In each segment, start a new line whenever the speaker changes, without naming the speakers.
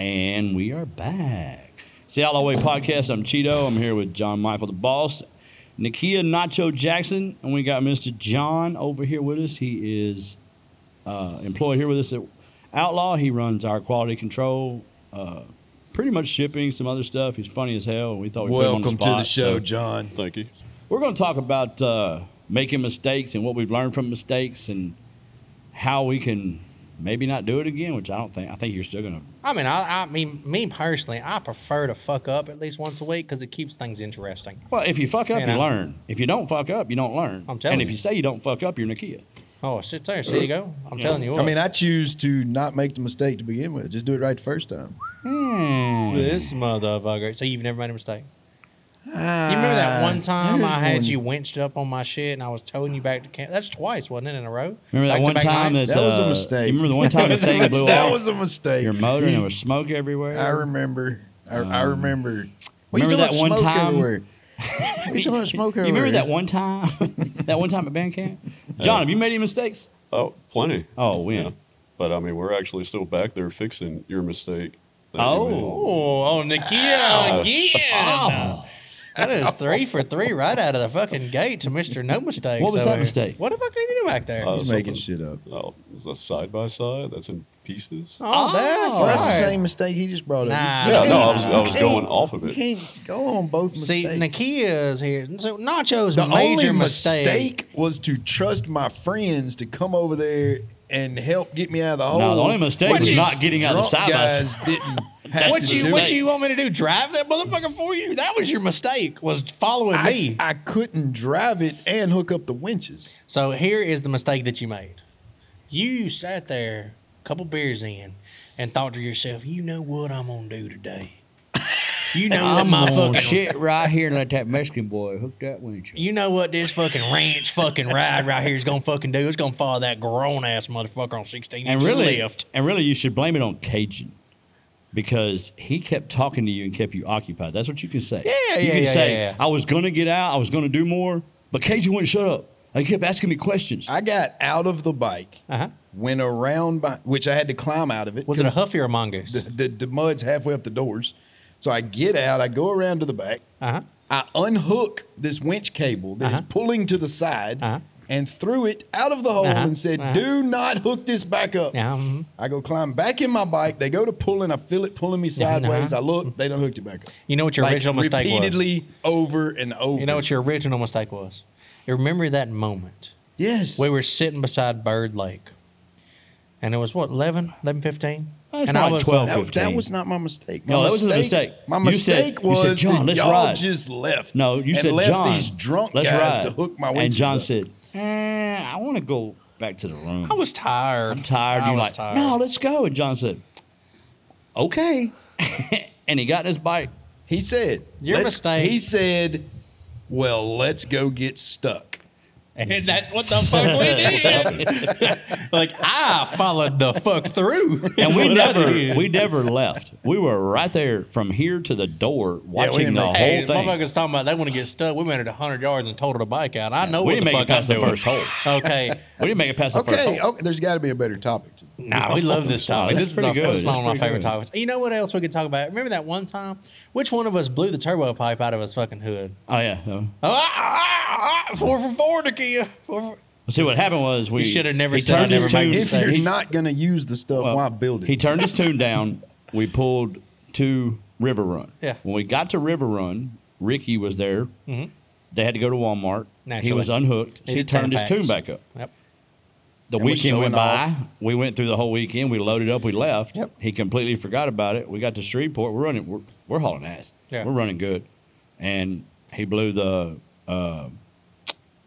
And we are back. It's the Outlaw Way Podcast. I'm Cheeto. I'm here with John Michael, the boss, Nikia Nacho Jackson, and we got Mr. John over here with us. He is uh, employed here with us at Outlaw. He runs our quality control, uh, pretty much shipping, some other stuff. He's funny as hell. and We thought we put him on
Welcome
the
to the
spot,
show,
so-
John.
Thank you.
We're going to talk about uh, making mistakes and what we've learned from mistakes and how we can maybe not do it again, which I don't think. I think you're still going to.
I mean, I, I mean, me personally, I prefer to fuck up at least once a week because it keeps things interesting.
Well, if you fuck up,
You
you,
know.
learn. If you don't fuck up, you don't learn.
I'm telling
and if
you.
you say you don't fuck up, you're Nakia.
Oh, shit, there, see you go. I'm telling you what.
I mean, I choose to not make the mistake to begin with. Just do it right the first time.
this motherfucker. So you've never made a mistake. You remember that
Ah,
Uh,
one time I had you winched up on my shit and I was towing you back to camp? That's twice, wasn't it, in a row?
Remember that one
Back-to-back
time that,
nights?
That was a
uh, You
mistake.
remember the one time the thing blew
that
off
was a mistake.
your motor and there was smoke everywhere.
I remember. I, I remember.
remember
What you talking
that
about
one
smoke
time-
Everywhere? What you talking about smoke
you
everywhere?
remember that one time? that one time at band camp? John, have you made any mistakes?
Oh, plenty.
Oh, when?
But I mean, we're actually still back there fixing your mistake. that you
Oh.
Oh, oh, Nakia again. That is three for three right out of the fucking gate to Mr. No Mistake.
What was that mistake?
What the fuck did you do back there?
Uh,
oh,
He's making shit up.
made. Oh, it's a side by side that's in pieces.
that's
Oh.
Well, that's
right.
the same mistake he just brought up.
Nah.
You
Yeah,
can't-
no, I was, I
you
was
can't-
going off of
You
it.
can't go on both mistakes.
See, Nakia's here. So Nacho's
The
major
only
mistake.
mistake was to trust my friends to come over there and help get me out of the hole.
the only mistake
What
was
these
not getting out of the
drunk
side-by-side.
Guys didn't have
What
to
you
do.
what you want me to do? Drive that motherfucker for you? That was your mistake. Was following
I,
me.
I couldn't drive it and hook up the winches.
so here is the mistake that you made. You sat there, a couple beers in, and thought to yourself, "You know what I'm gonna do today? You know what
I'm
my
gonna
fucking
shit right here and let that Mexican boy hook that windshield.
you know what this fucking ranch fucking ride right here is gonna fucking do? It's gonna follow that grown ass motherfucker on 16
And
inch
really,
lift.
and really, you should blame it on Cajun because he kept talking to you and kept you occupied. That's what you can say.
Yeah,
you
yeah,
can
yeah,
say,
yeah, yeah.
I was gonna get out, I was gonna do more, but Cajun wouldn't shut up. And he kept asking me questions.
I got out of the bike,
Uh-huh.
went around, by, which I had to climb out of it.
Was it a
'cause
huffy or a mongoose?
The, the, the mud's halfway up the doors. So I get out, I go around to the back,
Uh-huh.
I unhook this winch cable that is
Uh-huh.
pulling to the side.
Uh-huh.
And threw it out of the hole
Uh-huh.
and said,
Uh-huh.
"Do not hook this back up."
Yeah,
mm-hmm.
mhm.
I go climb back in my bike. They go to pulling. I feel it pulling me
uh-huh.
Yeah, nah.
sideways. I look. They don't hooked it back up.
You know what your
Like,
original mistake was?
repeatedly over and over.
You know what your original mistake was? You remember that moment.
Yes.
We were sitting beside Bird Lake. And it was what, 11, 11, 15?
That's
and I
probably
was
12.
That,
15.
that was not my mistake. My
No, that wasn't a mistake.
My
You said-
mistake
you
was
said, "John,
that
let's
y'all
ride."
just left.
no, you
and
said
left
John.
these drunk
let's
guys
ride."
to hook my winches
And John
up.
said, eh, I want to go back to the room.
I was tired.
I'm tired.
I
you
was
like,
tired.
no, let's go. And John said, okay. and he got in his bike.
he said
Your
"Let's-"
mistake-
He said, "Well, let's go get stuck."
And that's what the fuck we did. like, I followed the fuck through.
And we
What I
never,
did.
we never left. We were right there from here to the door, watching
didn't
the
make-
whole
Hey,
thing.
motherfuckers talking about they want to get stuck. We made it 100 yards and totaled the bike out. I know
we
what
didn't
the
make
fuck
it past
I'm
the
doing.
first hole.
Okay.
We didn't make it past the first
Okay,
hole.
okay. There's got to be a better topic. to-
Nah, we love this
Nah,
topic.
that's
this is
pretty
a-
good.
it's one of my
That's pretty
favorite
good.
topics. You know what else we could talk about? Remember that one time? Which one of us blew the turbo pipe out of his fucking hood?
Oh yeah. Uh,
Ah, ah, ah, four for four, Nakia. Four for-
See what happened was we
You should have never
he
said I
turned his
never made
tune-
If
mistake.
you're
he-
not gonna use the stuff, why build it?
He turned his tune down. We pulled to River Run.
Yeah. Mm-hmm.
When we got to River Run, Ricky was there. They had to go to Walmart.
Naturally.
He was unhooked.
He
he
did ten
turned his
packs.
tune back up.
Yep.
The
And we're
weekend went
showing
by.
off.
We went through the whole weekend. We loaded up. We left.
Yep.
He completely forgot about it. We got to Shreveport. We're running. We're, we're hauling ass.
Yeah.
We're running good. And he blew the uh,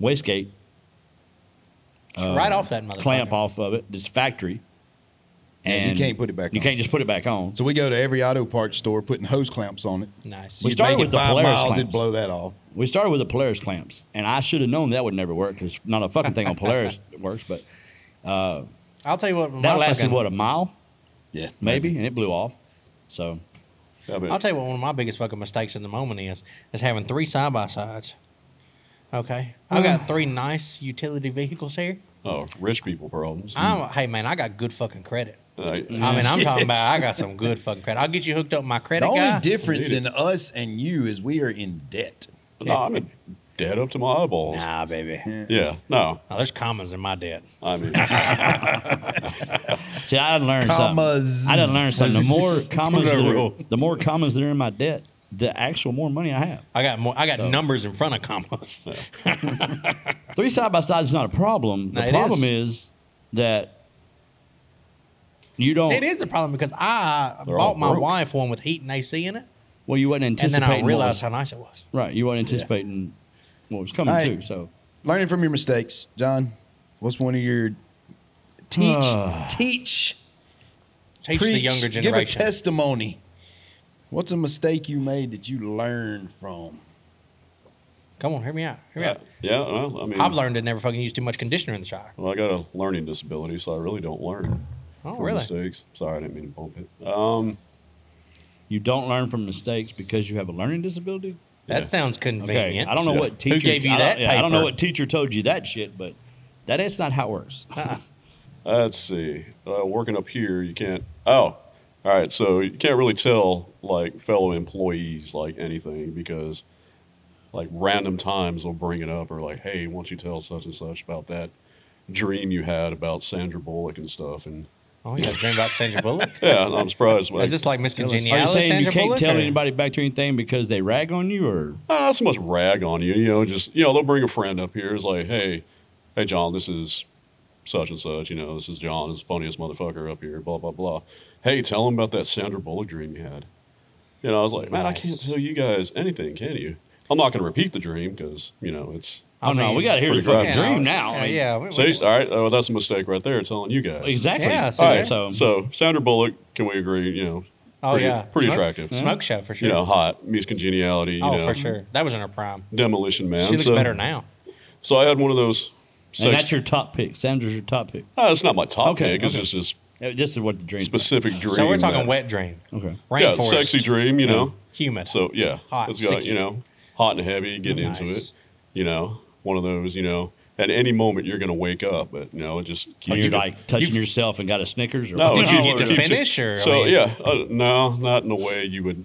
wastegate
right off that motherfucker.
Uh, clamp off of it. This factory.
Yeah, you can't put it back
You
on.
can't just put it back on.
so we go to every auto parts store, putting hose clamps on it.
Nice.
We
You'd
started
make it
with the
five
Polaris
miles,
clamps.
it'd blow that off.
We started with the Polaris clamps, and I should have known that would never work because not a fucking thing on Polaris works. But
I'll tell you what. my
that lasted
fucking-
what a mile,
Yeah,
maybe, and it blew off. So
I mean,
I'll tell you what one of my biggest fucking mistakes in the moment is is having
Uh.
three side by sides. Okay. I've got three nice utility vehicles here.
Oh, rich people problems.
Hmm.
I'm, hey man, I got good fucking credit.
I-
I mean, I'm
Yes.
talking about I got some good fucking credit. I'll get you hooked up with my
The
credit
only
guy.
difference
Need it.
in us and you is we are in debt.
no, I'm in dead up to my eyeballs.
nah, baby.
Yeah, no.
Now, there's commas in my debt.
I mean,
See, I done learned
Commas.
something. I done learned something. The more commas, that
Rule.
are, the more commas that are in my debt, the actual more money I have.
I got more. I got numbers in front of commas.
Three side by sides is not a problem.
No,
The
it
problem
is.
is. that you don't.
It is a problem because I
They're all
bought my
broke.
wife one with heat and AC in it,
Well, you wasn't
and
anticipating.
then I
what
realized
was-
how nice it was.
right, you weren't anticipating what was coming
Hey.
too. So
Learning from your mistakes, John. What's one of your teach, teach, preach,
Teach the younger
give a
generation.
testimony. What's a mistake you made that you learned from?
Come on, hear me out. Hear me
yeah,
out.
well, I mean,
I've learned to never fucking use too much conditioner in the shower.
Well, I got a learning disability, so I really don't learn.
Oh,
from
really?
Mistakes. Sorry, I didn't mean to bump it. Um,
you don't learn from mistakes because you have a learning disability.
That
Yeah.
sounds convenient.
I don't know
Yeah.
what
Who
teacher
gave you
I don't-
that
yeah, I don't know
paper?
what teacher told you that shit, but that is not how it works.
Uh,
let's see. Uh, working up here, you can't. Oh, all right. So you can't really tell like fellow employees like anything because like random times they'll bring it up or like, hey, why don't you tell such and such about that dream you had about Sandra Bullock and stuff and.
Oh, you got a dream about Sandra Bullock?
Yeah, I'm surprised. Like,
Is this like Miss
Are you
Congeniality?
saying you
Sandra
can't
Bullock,
tell
or-
anybody back to anything because they rag on you, or
Uh, not so much rag on you. You know, just you know, they'll bring a friend up here. It's like, hey, hey, John, this is such and such. You know, this is John, this is the funniest motherfucker up here. Blah blah blah. Hey, tell him about that Sandra Bullock dream you had. You know, I was like, man, I can't
Nice.
tell you guys anything, can you? I'm not going to repeat the dream because you know it's.
I don't know.
mean,
We got to hear the
pretty
fucking
bad.
dream now.
Yeah, oh, yeah. we- we-
See, all right, oh, that's a mistake right there. Telling you guys
exactly.
Yeah,
All
there.
right, so,
So Sandra Bullock, can we agree? You know,
oh
pretty,
yeah,
pretty
Smoke-
attractive.
Smoke show for sure.
You know, hot, meets congeniality. You
oh,
know,
for sure. That was in her prime.
Demolition Man.
She looks
So-
better now.
So I had one of those.
and
sex-
that's your top pick. Sandra's your top pick.
Uh, it's not my top
Okay,
pick. It's
okay.
just this
Uh, This is what the dream.
specific dream.
So we're talking
that-
wet dream,
Okay.
Yeah,
rainforest,
sexy dream, you know.
humid.
So yeah,
Hot,
it's got
sticky.
you know, hot and heavy, getting into
Nice.
it. You know, one of those. You know, at any moment you're gonna wake up, but you know, it just keeps
Are you
you
like touching yourself and got a Snickers? Or
No,
what?
Did you
no,
get to
it keeps you-
finish, or, I
so?
mean-
yeah, uh, no, not in the way you would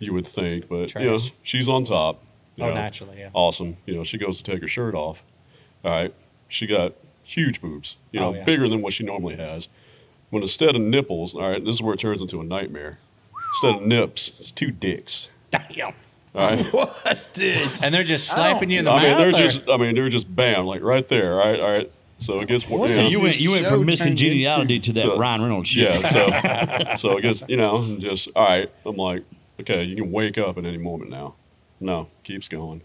you would think, but you know,
Trash.
she's on top. you
Oh,
know.
naturally, yeah.
Awesome. You know, she goes to take her shirt off. All right, she got huge boobs. You know,
Oh, yeah.
bigger than what she normally has. When instead of nipples, all right, this is where it turns into a nightmare. Instead of nips, it's two dicks.
Damn.
All right.
What did?
And they're just
Oh.
slapping you in the
I mean,
mouth.
they're
or-
just. I mean, they're just bam, like right there. All right, all right. So it gets.
What
you
the
know,
you went you went
Show
from Miss
turned
Congeniality to that
So-
Ryan Reynolds shit.
Yeah, so so I guess you know, and just all right. I'm like, okay, you can wake up at any moment now. No, keeps going.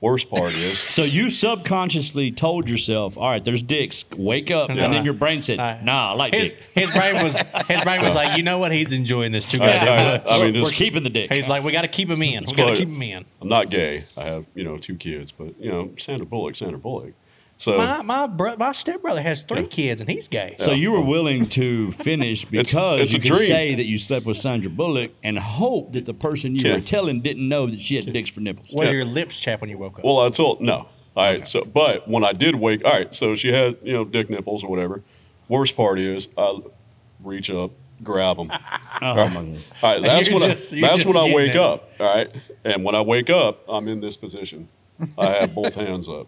Worst part is,
So you subconsciously told yourself, "All right, there's dicks. Wake up,"
Yeah.
and then your brain said,
Nah.
"Nah, I like
his,
dicks.
his brain was his brain was like, you know what? He's enjoying this too
right,
goddamn
all right.
much.
I mean,
We're-
just-
we're keeping the dicks."
He's like, we got to keep him in. We got to
Spoiler.
keep him in.
I'm not gay. I have you know two kids, but you know Sandra Bullock, Sandra Bullock. So
My my bro- my stepbrother has three kids and he's gay.
So you were willing to finish because
it's
you
a
could
dream.
say that you slept with Sandra Bullock and hope that the person you
Yeah.
were telling didn't know that she had dicks for nipples.
what
yeah.
are your lips chap when you woke up?
well, I told no. All right. So, but when I did wake, all right. So she had you know dick nipples or whatever. Worst part is, I reach up, grab them.
Oh, my goodness.
All right, that's
You're
when
just-
I,
you're
that's
just
when I
getting
wake
it.
up. All right, and when I wake up, I'm in this position. I have both hands up.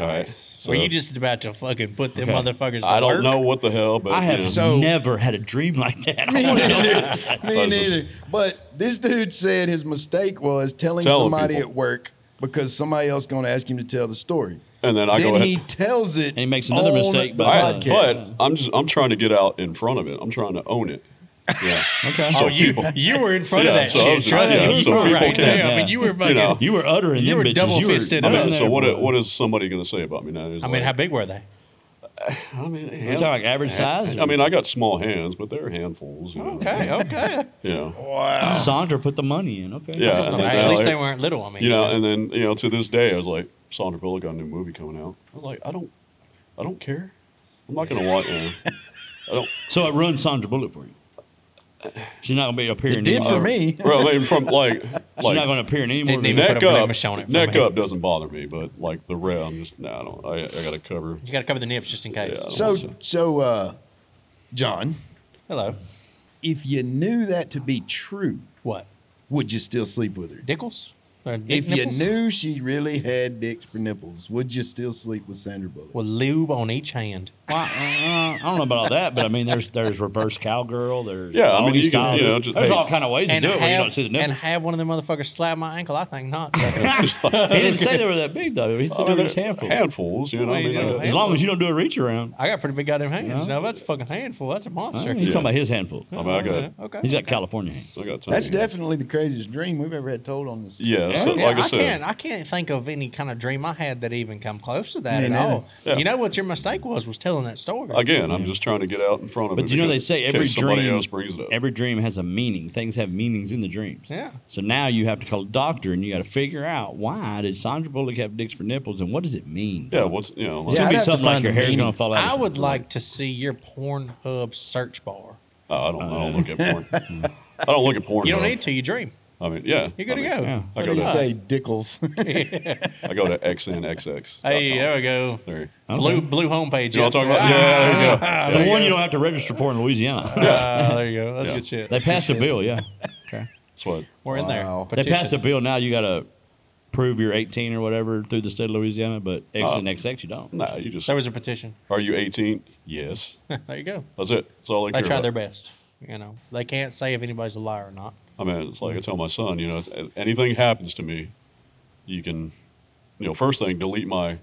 All right,
Nice. Were you just about to fucking put them motherfuckers? To
I don't
work?
know what the hell, but
I have
you know,
So-
never had a dream like that.
Me
I wanna know.
neither. Me
Puzzles.
neither. But this dude said his mistake was telling,
Telling
somebody
people.
at work because somebody else going to ask him to tell the story.
and then I
then
go ahead.
he tells it, and
he makes another mistake
The
by
all right,
podcast.
but I'm just I'm trying to get out in front of it. I'm trying to own it. Yeah.
Okay.
Oh,
So
you
people-
you were in front of
Yeah,
that
so I
shit.
was-
Trust
yeah,
me, you
so
were
people
right
can-
there. I
yeah.
mean, you were fucking.
know.
You were uttering
You
them
were
bitches.
double-fisted
You
I
were,
up.
mean, so what?
It,
What is somebody going to say about me now? It's
I mean,
like-
how big were they?
I mean,
We're
hand-
talking like average size.
I mean, I got small hands, but they're handfuls. You know?
Okay, okay.
Yeah.
wow.
Sandra put the money in. Okay.
Yeah. and then
At
now
least
they're-
they weren't little. I mean,
you know, and then you know, to this day, I was like, Sandra Bullock got a new movie coming out. I was like, I don't, I don't care. I'm not gonna watch it. I don't.
So it ruined Sandra Bullock for you. She's not gonna be up here.
It did for me.
Bro, I mean, from like,
She's
like
not going to appear in any more.
Didn't even
videos.
put
neck
a blemish
up,
on it for
neck
me.
up doesn't bother me, but like the red, I'm just nah. I don't. I, I got to cover.
You got to cover the nips just in case.
Yeah.
So, so, uh, John,
Hello.
if you knew that to be true,
What?
would you still sleep with her?
Dickles? Or dick
If you
nipples?
knew she really had dicks for nipples, would you still sleep with Sandra Bullock?
With lube on each hand.
Well, uh, I don't know about all that, but I mean, there's there's reverse cowgirl. There's
Yeah, I
all
mean,
these
you can,
styles.
you know, just-
there's
hey.
all kind of ways to
And
do it where you don't
have,
see the
and
nipple.
have one of them motherfuckers slap my ankle. I think not. so.
he didn't say they were that big though. He said
I
they
mean,
were just
Oh, they're
handful.
handfuls, you know. I
Well,
mean,
you know,
uh,
As long as you don't do a reach around,
I got pretty big goddamn hands.
Yeah.
No, that's a fucking handful. That's a
he's
monster.
talking about his handful.
Oh, I mean, I got,
Okay.
He's got California hands.
I got tons
That's
of hands.
definitely the craziest dream we've ever had told on this.
Yeah, so,
Yeah,
like I,
I
said,
can't. I can't think of any kind of dream I had that even come close to that
Me
at
neither.
all.
Yeah.
You know what your mistake was was telling that story.
Again, I'm just trying to get out in front of it.
But you know they
because-
say
in
every
case somebody
dream
else brings it up.
every dream has a meaning. Things have meanings in the dreams.
Yeah.
So now you have to call a doctor and you got to figure out why did Sandra Bullock have dicks for nipples and what does it mean?
yeah, what's you know? Like,
It's
Yeah,
gonna
I'd
be
have to
something like
find
your
the
hair's
meaning.
gonna fall out. or
I would
something.
like to see your Pornhub search bar.
oh, I don't. I don't look at porn. I don't look at porn.
You don't
though.
need to. You dream.
I mean, yeah.
You're good
I
to
mean,
go.
yeah.
I
What
go
do you
to
say, Dickles?
I go to xnxx.
Hey, there we go.
There. You
Blue blue homepage.
know what I'm talking about? Yeah, there you go.
the one you don't have to register for in Louisiana.
Ah, there you go. That's
Yeah.
good shit.
they passed a bill, yeah. Okay.
That's what.
We're in
Wow.
there.
They passed a bill now. You got to prove you're 18 or whatever through the state of Louisiana, but X
Oh.
and XX you don't.
Nah, you just.
There was a petition.
Are you 18? Yes.
there you go.
That's it. That's all they
They
care
tried
about.
their best. You know, they can't say if anybody's a liar or not.
I mean, it's like I tell my son, you know, it's, uh, anything happens to me, you can, you know, first thing, delete my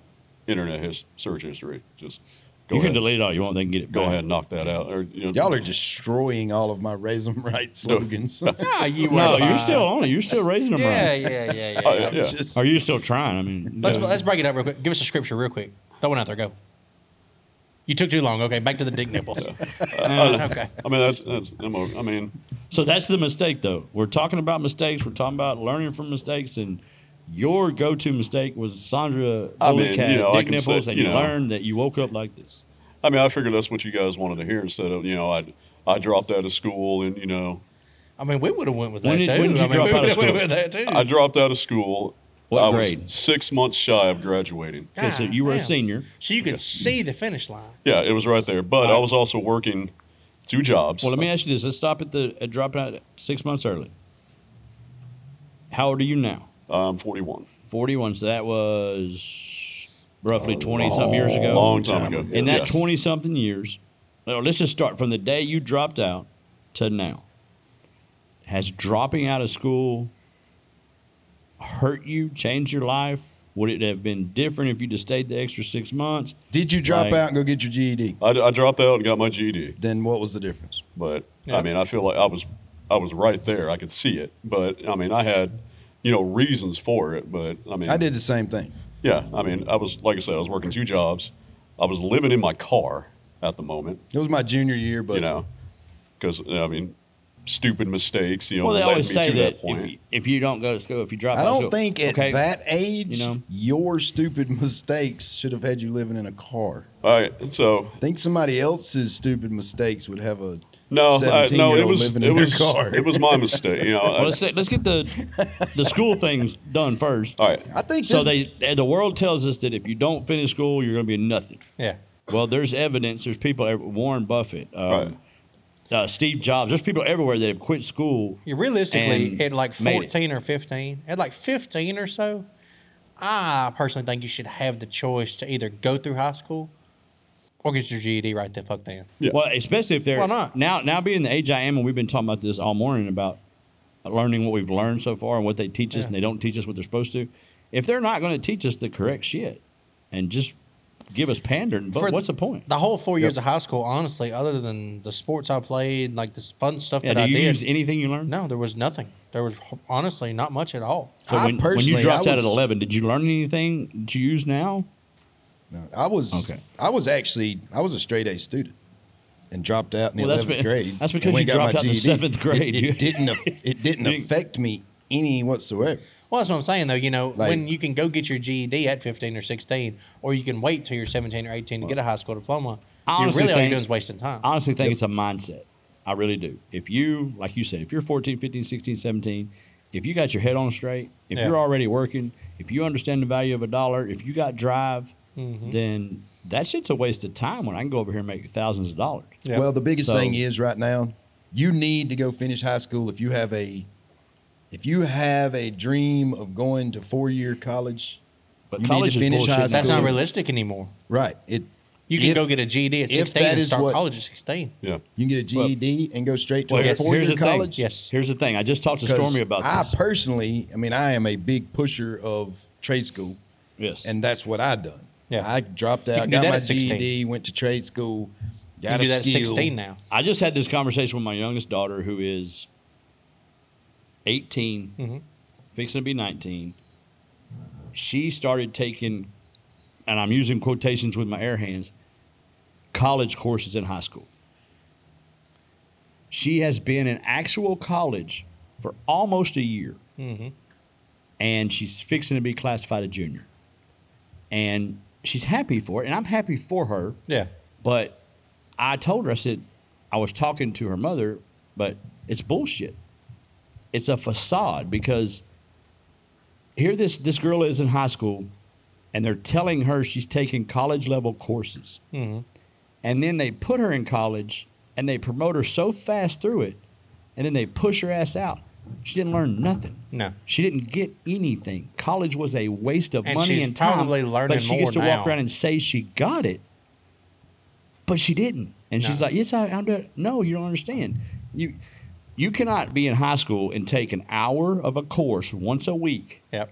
internet his search history. Just go
you
ahead,
can delete it all you want. They can get it.
go
back.
ahead and knock that out. Or you know,
Y'all are destroying all of my raise 'em right slogans.
Ah, you were.
No, you're
fine.
still on it. You're still raising them
Yeah,
right.
yeah, yeah, yeah.
Oh,
yeah.
yeah, yeah.
Just-
Are you still trying? I mean,
Let's,
yeah.
let's break it up real quick. Give us a scripture real quick. Throw one out there. Go. You took too long. Okay, back to the dick nipples. Mm, okay.
I mean, that's that's. I'm a, I mean,
So that's the mistake, though. We're talking about mistakes. We're talking about learning from mistakes, and your go-to mistake was Sandra
I
Bullock
mean,
had
you know, I
dick
can say-
nipples, and
you
you
know.
learned that you woke up like this.
I mean, I figured that's what you guys wanted to hear instead of you know, I I dropped out of school and you know,
I mean, we would have went with that
When did-
too.
when did you
I mean,
drop
we
out of
would've went
school?
with that too.
I dropped out of school.
What
I
grade?
was six months shy of graduating.
Ah,
Okay, so you were a
Goddamn.
senior.
So you could see the finish line.
Yeah, it was right there. But I was also working two jobs.
Well, let me ask you this: Let's stop at the at dropping out six months early. How old are you now?
I'm 41.
Forty-one. So that was roughly twenty some years ago.
Long time
time
ago.
In that
Yes.
twenty-something years, well, let's just start from the day you dropped out to now. Has dropping out of school hurt you? Changed your life? Would it have been different if you just stayed the extra six months?
Did you drop
Like-
out and go get your GED?
I, I dropped out and got my GED,
Then what was the difference?
but
Yeah.
I mean, I feel like I was, I was right there. I could see it, but I mean, I had, you know, reasons for it. But I mean,
I did the same thing.
Yeah, I mean, I was like I said, I was working two jobs. I was living in my car at the moment,
It was my junior year, but
you know, because I mean, stupid mistakes, you know,
Well, they
led
always
me
say
to
that,
that, point.
if, you, if you don't go to school, if you drop
I
out of
don't
school,
think at
okay,
that age
You know?
your stupid mistakes should have had you living in a car.
All right, so
think somebody else's stupid mistakes would have a
no, I,
17
no,
year
it
old
was
living
it
in
was
their car.
it was my mistake, you know.
Well,
I,
let's, say- let's get the the school things done first.
all right,
I think
So
this-
they the world tells us that if you don't finish school, you're going to be nothing.
Yeah.
Well, there's evidence. There's people. Warren Buffett, um,
Right.
uh, Steve Jobs. There's people everywhere that have quit school.
Yeah, realistically,
And
at like
made it.
14 or 15, at like 15 or so, I personally think you should have the choice to either go through high school or get your GED right the fuck then.
Yeah.
Well, especially if they're
Why not?
now now being the age I am, and we've been talking about this all morning about learning what we've learned so far and what they teach us, and they don't teach us what they're supposed to. If they're not going to teach us the correct shit and just give us pandering, but
For-
what's the point?
The whole four years of high school, honestly, other than the sports I played, like this fun stuff
Yeah,
that I
do you
did,
use anything you learned?
no, there was nothing. There was honestly not much at all.
So when,
I
when
personally,
you
I
dropped out at
was-
11, did you learn anything that you use now?
No, I was
Okay.
I was actually I was a straight A student and dropped out in the
Well, that's
eleventh
be-
grade.
that's
and
because
went
you
and got
dropped
my
out in the
GED.
seventh grade,
It,
dude.
it didn't aff- it didn't affect me any whatsoever.
Well, that's what I'm saying, though. You know,
Like-
when you can go get your GED at 15 or 16, or you can wait till you're 17 or 18 to get a high school diploma,
I
you
honestly
really all you're
think-
doing is wasting time.
I honestly think it's a mindset. I really do. If you, like you said, if you're 14, 15, 16, 17, if you got your head on straight, if
Yeah.
you're already working, if you understand the value of a dollar, if you got drive,
Mm-hmm.
then that shit's a waste of time when I can go over here and make thousands of dollars.
Yeah.
Well, the biggest
So-
thing is right now, you need to go finish high school if you have a if you have a dream of going to four year college.
But
You need to
college is
finish
bullshit.
high
That's
school.
not realistic anymore.
Right. It
You can
if-
go get a GED at
if
16
that
and
is
start
what-
college at 16.
Yeah.
you can get a GED and go straight to
Well,
a
here's,
four
here's
year
the
college.
thing.
Yes.
Here's the thing. I just talked to
'Cause
Stormy about
I
this.
personally, I mean, I am a big pusher of trade school,
yes.
and that's what I done.
Yeah.
I dropped out,
can do
got
that
my
at 16.
GED, went to trade school,
You
got
do
a
that at
skill.
16 now.
I just had this conversation with my youngest daughter, who is 18, fixing to be 19. She started taking, and I'm using quotations with my air hands, college courses in high school. She has been in actual college for almost a year, and she's fixing to be classified a junior. And she's happy for it, and I'm happy for her.
Yeah.
But I told her, I said, I was talking to her mother, but it's bullshit. It's a facade because here this this girl is in high school, and they're telling her she's taking college level courses,
Mm-hmm.
and then they put her in college and they promote her so fast through it, and then they push her ass out. She didn't learn nothing.
No.
she didn't get anything. College was a waste of
And
money
she's
and time.
probably learning
but she
more
gets to
now.
walk around and say she got it but she didn't. And she's
No.
like, "Yes, I, I'm doing." No, you don't understand. You you cannot be in high school and take an hour of a course once a week
Yep.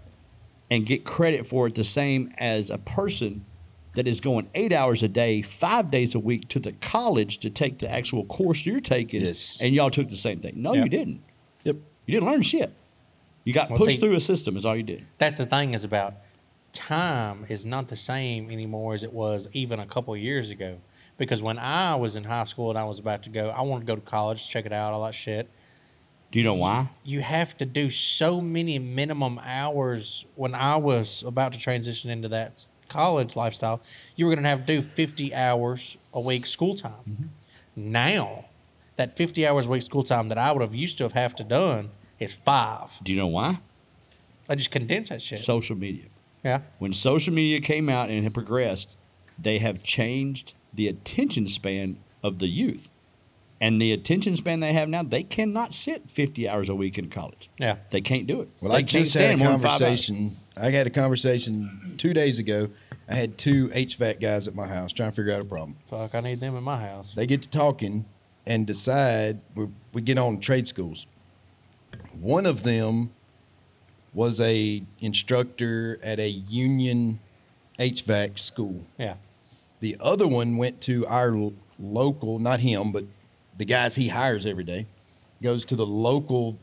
and get credit for it the same as a person that is going eight hours a day, five days a week to the college to take the actual course you're taking.
Yes.
And y'all took the same thing. No,
Yeah.
you didn't.
Yep.
You didn't learn shit. You got
Well,
pushed
see-
through a system is all you did.
That's the thing is about time is not the same anymore as it was even a couple of years ago. Because when I was in high school and I was about to go, I wanted to go to college, check it out, all that shit.
Do you know why?
You have to do so many minimum hours when I was about to transition into that college lifestyle. You were going to have to do 50 hours a week school time. Now, that 50 hours a week school time that I would have used to have have to done is five.
Do you know why?
I just condense that shit.
Social media.
yeah.
when social media came out and had progressed, they have changed the attention span of the youth. And the attention span they have now, they cannot sit 50 hours a week in college.
Yeah.
They can't do it.
Well,
they
I
can't
just had
stand
a
more than five hours.
conversation. I had a conversation two days ago. I had two HVAC guys at my house trying to figure out a problem.
Fuck, I need them in my house.
They get to talking and decide we, we get on trade schools. One of them was a instructor at a union HVAC school.
Yeah.
The other one went to our l- local, not him, but the guys he hires every day, goes to the local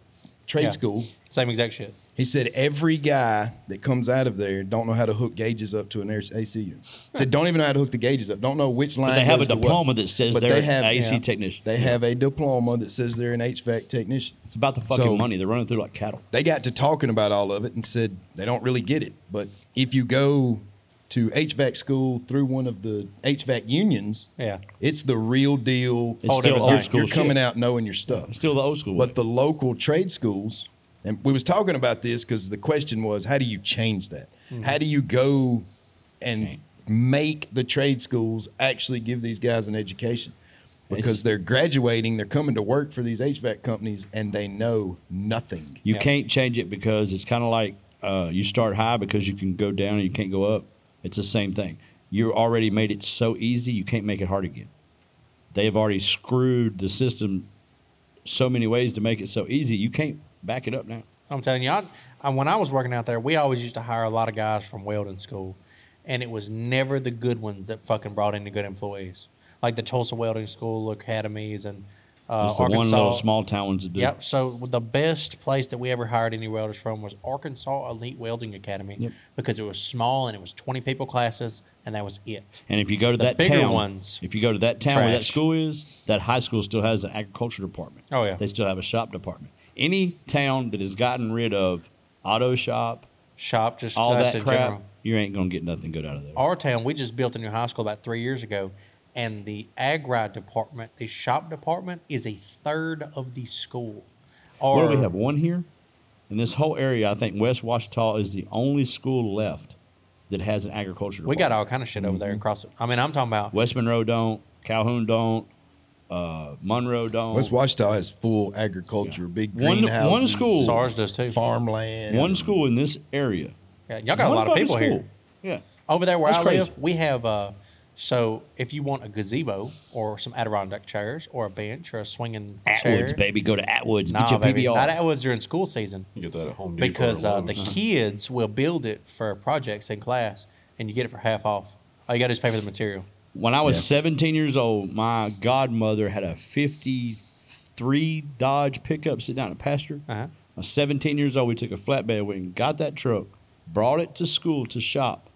trade
Yeah.
school.
Same exact shit.
He said every guy that comes out of there don't know how to hook gauges up to an air- AC unit. Said don't even know how to hook the gauges up. Don't know which line.
But they have a
goes to what.
diploma that says
But
they're
they have-
an AC
yeah.
technician.
They have a diploma that says they're an HVAC technician.
it's about the fucking
So-
money. They're running through like cattle.
They got to talking about all of it and said they don't really get it. But if you go to HVAC school through one of the HVAC unions,
Yeah.
it's the real deal.
It's still
Oh, they're-
old
they're-
school
You're coming
shit.
out knowing your stuff.
Still the old school. way.
But the local trade schools, and we was talking about this because the question was, how do you change that?
Mm-hmm.
How do you go and make the trade schools actually give these guys an education? Because they're graduating, they're coming to work for these HVAC companies, and they know nothing.
You
Yeah.
can't change it because it's kind of like uh, you start high because you can go down and you can't go up. It's the same thing. You already made it so easy, you can't make it hard again. They have already screwed the system so many ways to make it so easy, you can't back it up now.
I'm telling you, I, I, when I was working out there, we always used to hire a lot of guys from welding school, and it was never the good ones that fucking brought in the good employees. Like the Tulsa Welding School academies and uh,
It's the
Arkansas.
one little small town ones that do.
Yep. So the best place that we ever hired any welders from was Arkansas Elite Welding Academy because it was small and it was 20 people classes, and that was it.
And if you go to that
bigger
town,
ones,
if you go to that town where that
trash.
school is, that high school still has an agriculture department.
Oh, yeah.
they still have a shop department. Any town that has gotten rid of auto shop,
Shop just
all
just
that
in
crap,
general.
you ain't gonna get nothing good out of there.
our town, we just built a new high school about three years ago, and the agri department, the shop department, is a third of the school. Or
What do we have? One here? In this whole area, I think West Washita is the only school left that has an agriculture
We
department.
got all kind of shit over
Mm-hmm.
there in CrossFit. I mean, I'm talking about
West Monroe don't, Calhoun don't, uh, Monroe don't.
West Washita has full agriculture, big
One- one
greenhouses,
school.
SARS does too.
farmland.
One school in this area.
Yeah, y'all got a
One
lot of
fucking
people
school.
here.
Yeah.
Over there where
That's
I
crazy.
live, we have uh so if you want a gazebo or some Adirondack chairs or a bench or a swinging
Atwoods,
chair,
baby. Go to Atwoods.
Nah,
get your
baby,
PBR.
not Atwoods during school season.
You get that at Home Depot.
because
or
uh, the
Lowe's.
kids will build it for projects in class, and you get it for half off. All you got to do is pay for the material.
When I was 17 years old, my godmother had a 53 Dodge pickup sitting down in a pasture.
Uh-huh.
I was 17 years old. We took a flatbed, went and got that truck, brought it to school to shop,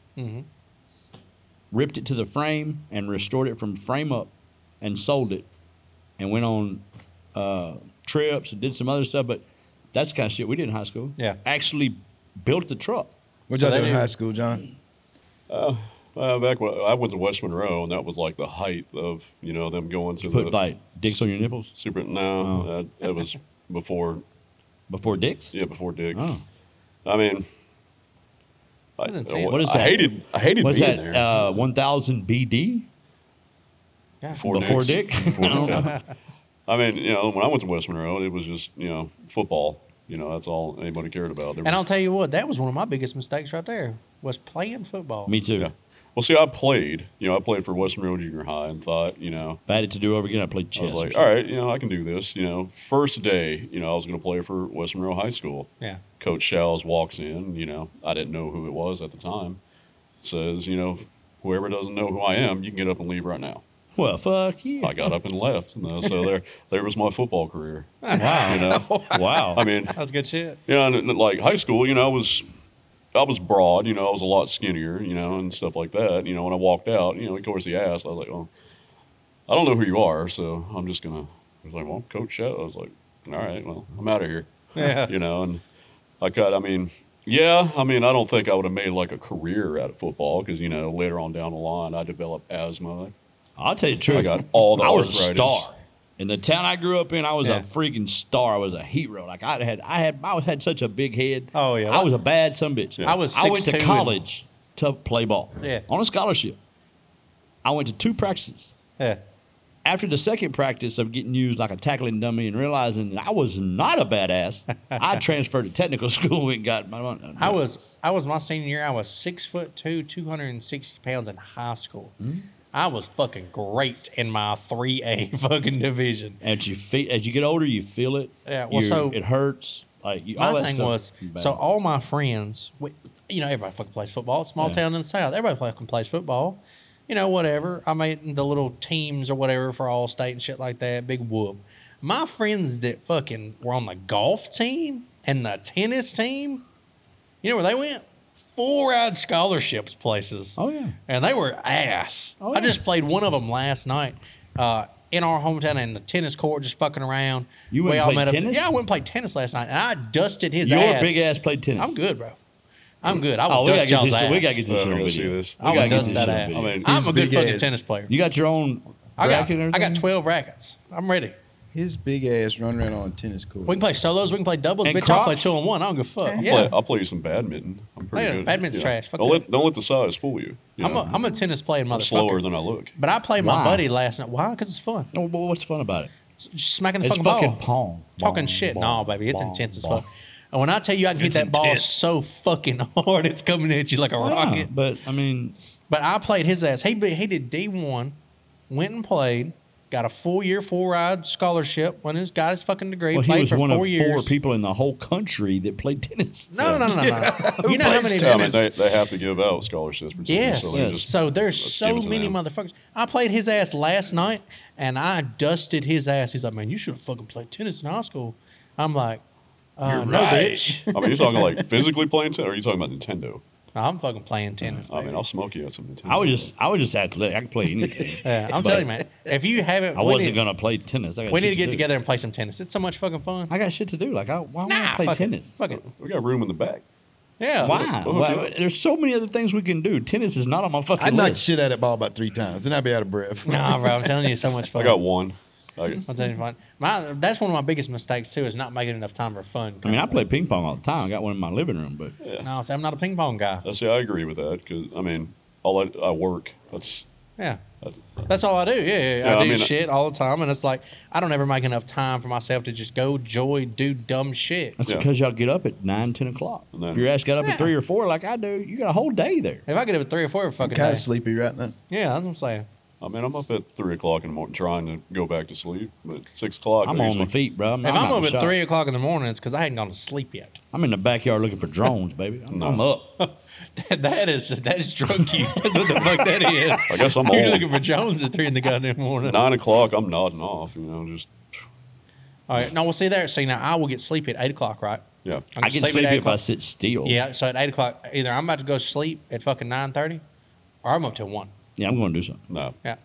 ripped it to the frame, and restored it from frame up and sold it and went on uh, trips and did some other stuff. But that's the kind of shit we did in high school.
Yeah.
Actually built the truck.
What
So
y'all
they
do in
do-
high school, John?
Uh, back when I went to West Monroe, and that was like the height of you know them going to
Put
the
like dicks on your Oh. nipples
super. No, that, that was before.
before dicks.
Yeah, before Dick's.
Oh.
I mean, I,
That's insane.
I-
What is
I
that?
hated. I hated
What's
being
that?
there.
Uh, 1000 BD?
Yeah.
Before Dick?
Before Dick. I mean, you know, when I went to West Monroe, it was just you know football. You know, that's all anybody cared about. There
And I'll
was-
tell you what, that was one of my biggest mistakes right there was playing football.
Me too.
yeah. Well, see, I played. You know, I played for West Monroe Junior High, and thought, you know,
If I had it to do over again, I'd play
I
chess.
was
or
like,
something.
all right, you know, I can do this. You know, first day, you know, I was going to play for West Monroe High School.
Yeah.
Coach Shells walks in. You know, I didn't know who it was at the time. Says, you know, whoever doesn't know who I am, you can get up and leave right now.
Well, fuck you.
I got up and left. You know, so there, there was my football career. Wow. You know,
wow.
I mean,
That's good shit.
you know, and, and, like high school, you know, I was, I was broad. You know, I was a lot skinnier. You know, and stuff like that. You know, when I walked out, you know, of course he asked. I was like, well, I don't know who you are, so I'm just gonna. I was like, well, Coach Show. I was like, all right, well, I'm out of here.
Yeah.
You know, and I cut. I mean, yeah. I mean, I don't think I would have made like a career out of football because you know later on down the line I developed asthma.
I'll tell you the truth.
I got all the
I was a
arthritis.
star. In the town I grew up in, I was
Yeah.
a freaking star. I was a hero. Like I had, I had, I had such a big head.
Oh, yeah.
I was a bad son bitch.
I was
I went
6'2"
to
and-
college to play ball.
Yeah.
On a scholarship. I went to two practices.
Yeah.
after the second practice of getting used like a tackling dummy and realizing that I was not a badass, I transferred to technical school and got my money.
I was I was my senior year. I was six foot two, two hundred and sixty pounds in high school. I was fucking great in my three A fucking division.
as you feel, as you get older, you feel it.
Yeah, well,
You-
so-
it hurts. Like you, all
My
that
thing
stuff
was
is bad.
so all my friends, we, you know, everybody fucking plays football. Small town in the south, everybody fucking plays football. You know, whatever. I made the little teams or whatever for all state and shit like that. Big whoop. My friends that fucking were on the golf team and the tennis team, you know where they went? Full ride scholarships places.
Oh, yeah.
and they were ass.
Oh, yeah.
I just played one of them last night. Uh, in our hometown, in the tennis court, just fucking around.
You
we
went and
all
played
met up.
tennis?
Yeah, I went and played tennis last night, and I dusted his
your
ass.
big ass played tennis.
I'm good, bro. I'm good. I will
Oh, we gotta
dust
get
y'all's
this.
ass.
We gotta get this
Uh,
on
I gotta
video.
see this.
I
I
gotta
will
get
dust
this
that
on
ass.
video.
I mean,
I'm
He's
a good
big
fucking
ass.
tennis player.
you got your own
I got
racket and
I
everything?
got 12 rackets. I'm ready.
His big ass running around on a tennis court.
We can play solos. We can play doubles.
And
Bitch, I'll play
crops?
two on one. I don't give a fuck.
I'll,
Yeah, Oh,
play, I'll play you some badminton. I'm pretty
Yeah,
good.
badminton's trash. Fuck
Don't
that.
let, don't let the size fool you. you
I'm
know?
a,
uh,
I'm a tennis playing motherfucker.
slower than I look.
But I played my
Why?
buddy last night. Why? Because it's fun.
No, but Oh, what's fun about it?
It's Just smacking the
It's
fucking,
fucking
ball.
pong.
Talking
Bong,
shit.
bong,
no, baby, it's
bong,
intense as
bong.
fuck. And when I tell you I can hit that ball
intense.
so fucking hard, it's coming at you like a
Yeah,
rocket.
but I mean,
But I played his ass. He be- he did D one, went and played, got a full year full ride scholarship. When his got his fucking degree,
well, he
played
was
for
one
four
of four
years.
people in the whole country that played tennis.
No, no, no, no, no.
Who
You know how
plays
many?
Yeah, I mean,
tennis?
they, they have to give out scholarships. for something,
Yes.
So
So,
they just-
there's
give
so
it to
many
them.
motherfuckers. I played his ass last night, and I dusted his ass. He's like, "Man, you should have fucking played tennis in high school." I'm like, uh,
You're
"No,
right.
bitch.
I mean, you're talking like physically playing tennis, or are you talking about Nintendo?
I'm fucking playing tennis."
I mean,
baby.
I'll smoke you at some Nintendo.
I was just I was just athletic. I could play anything.
Yeah, I'm
But
telling you, man. If you haven't,
I
we
wasn't
need-
gonna play tennis. I got
We
shit
need to get
do.
together and play some tennis. It's so much fucking fun.
I got shit to do. Like I why would I play
fuck
tennis?
It. Fuck it.
We got room in the back.
Yeah.
Why?
Oh,
Why-
okay.
There's so many other things we can do. Tennis is not on my fucking
I'd knock
list.
shit out of that ball about three times, then I'd be out of breath.
Nah, bro. I'm telling you, it's so much fun.
I got one. Like,
I'll tell you fun. My, that's one of my biggest mistakes too is not making enough time for fun.
I mean, I play ping pong all the time. I got one in my living room, but
no, see, I'm not a ping pong guy.
I see. I agree with that because I mean, all I, I work. That's,
Yeah,
that's
that's all I do. Yeah, yeah, yeah.
Yeah,
I
I
do
mean, uh,
shit all the time, and it's like I don't ever make enough time for myself to just go joy do dumb shit.
that's
Yeah.
because y'all get up at 9, 10 o'clock.
And then-
if your ass got up
Yeah.
at 3 or 4 like I do, you got a whole day there.
If I could have a three or four every fucking
kind
day,
of sleepy right now.
yeah, that's what I'm saying.
I mean, I'm up at three o'clock in the morning trying to go back to sleep, but six o'clock.
I'm
I
on my
usually-
feet, bro. I'm,
If
I'm
I'm
out in
up
the
at
shop.
three o'clock in the morning, it's because I hadn't gone to sleep yet.
I'm in the backyard looking for drones, baby. I'm, I'm up.
that is that is drug use. That's what the fuck that is.
I guess I'm
You're
old.
looking for Jones at three in the goddamn morning.
Nine o'clock, I'm nodding off. You know, just
All right, no, we'll see there. See now, I will get sleepy at eight o'clock, right?
yeah.
I
I get
sleep at
sleepy
eight
if I
o'clock.
sit still.
Yeah, so at eight o'clock, either I'm about to go sleep at fucking nine thirty, or I'm up till one.
Yeah, I'm going to do something.
No.
Yeah,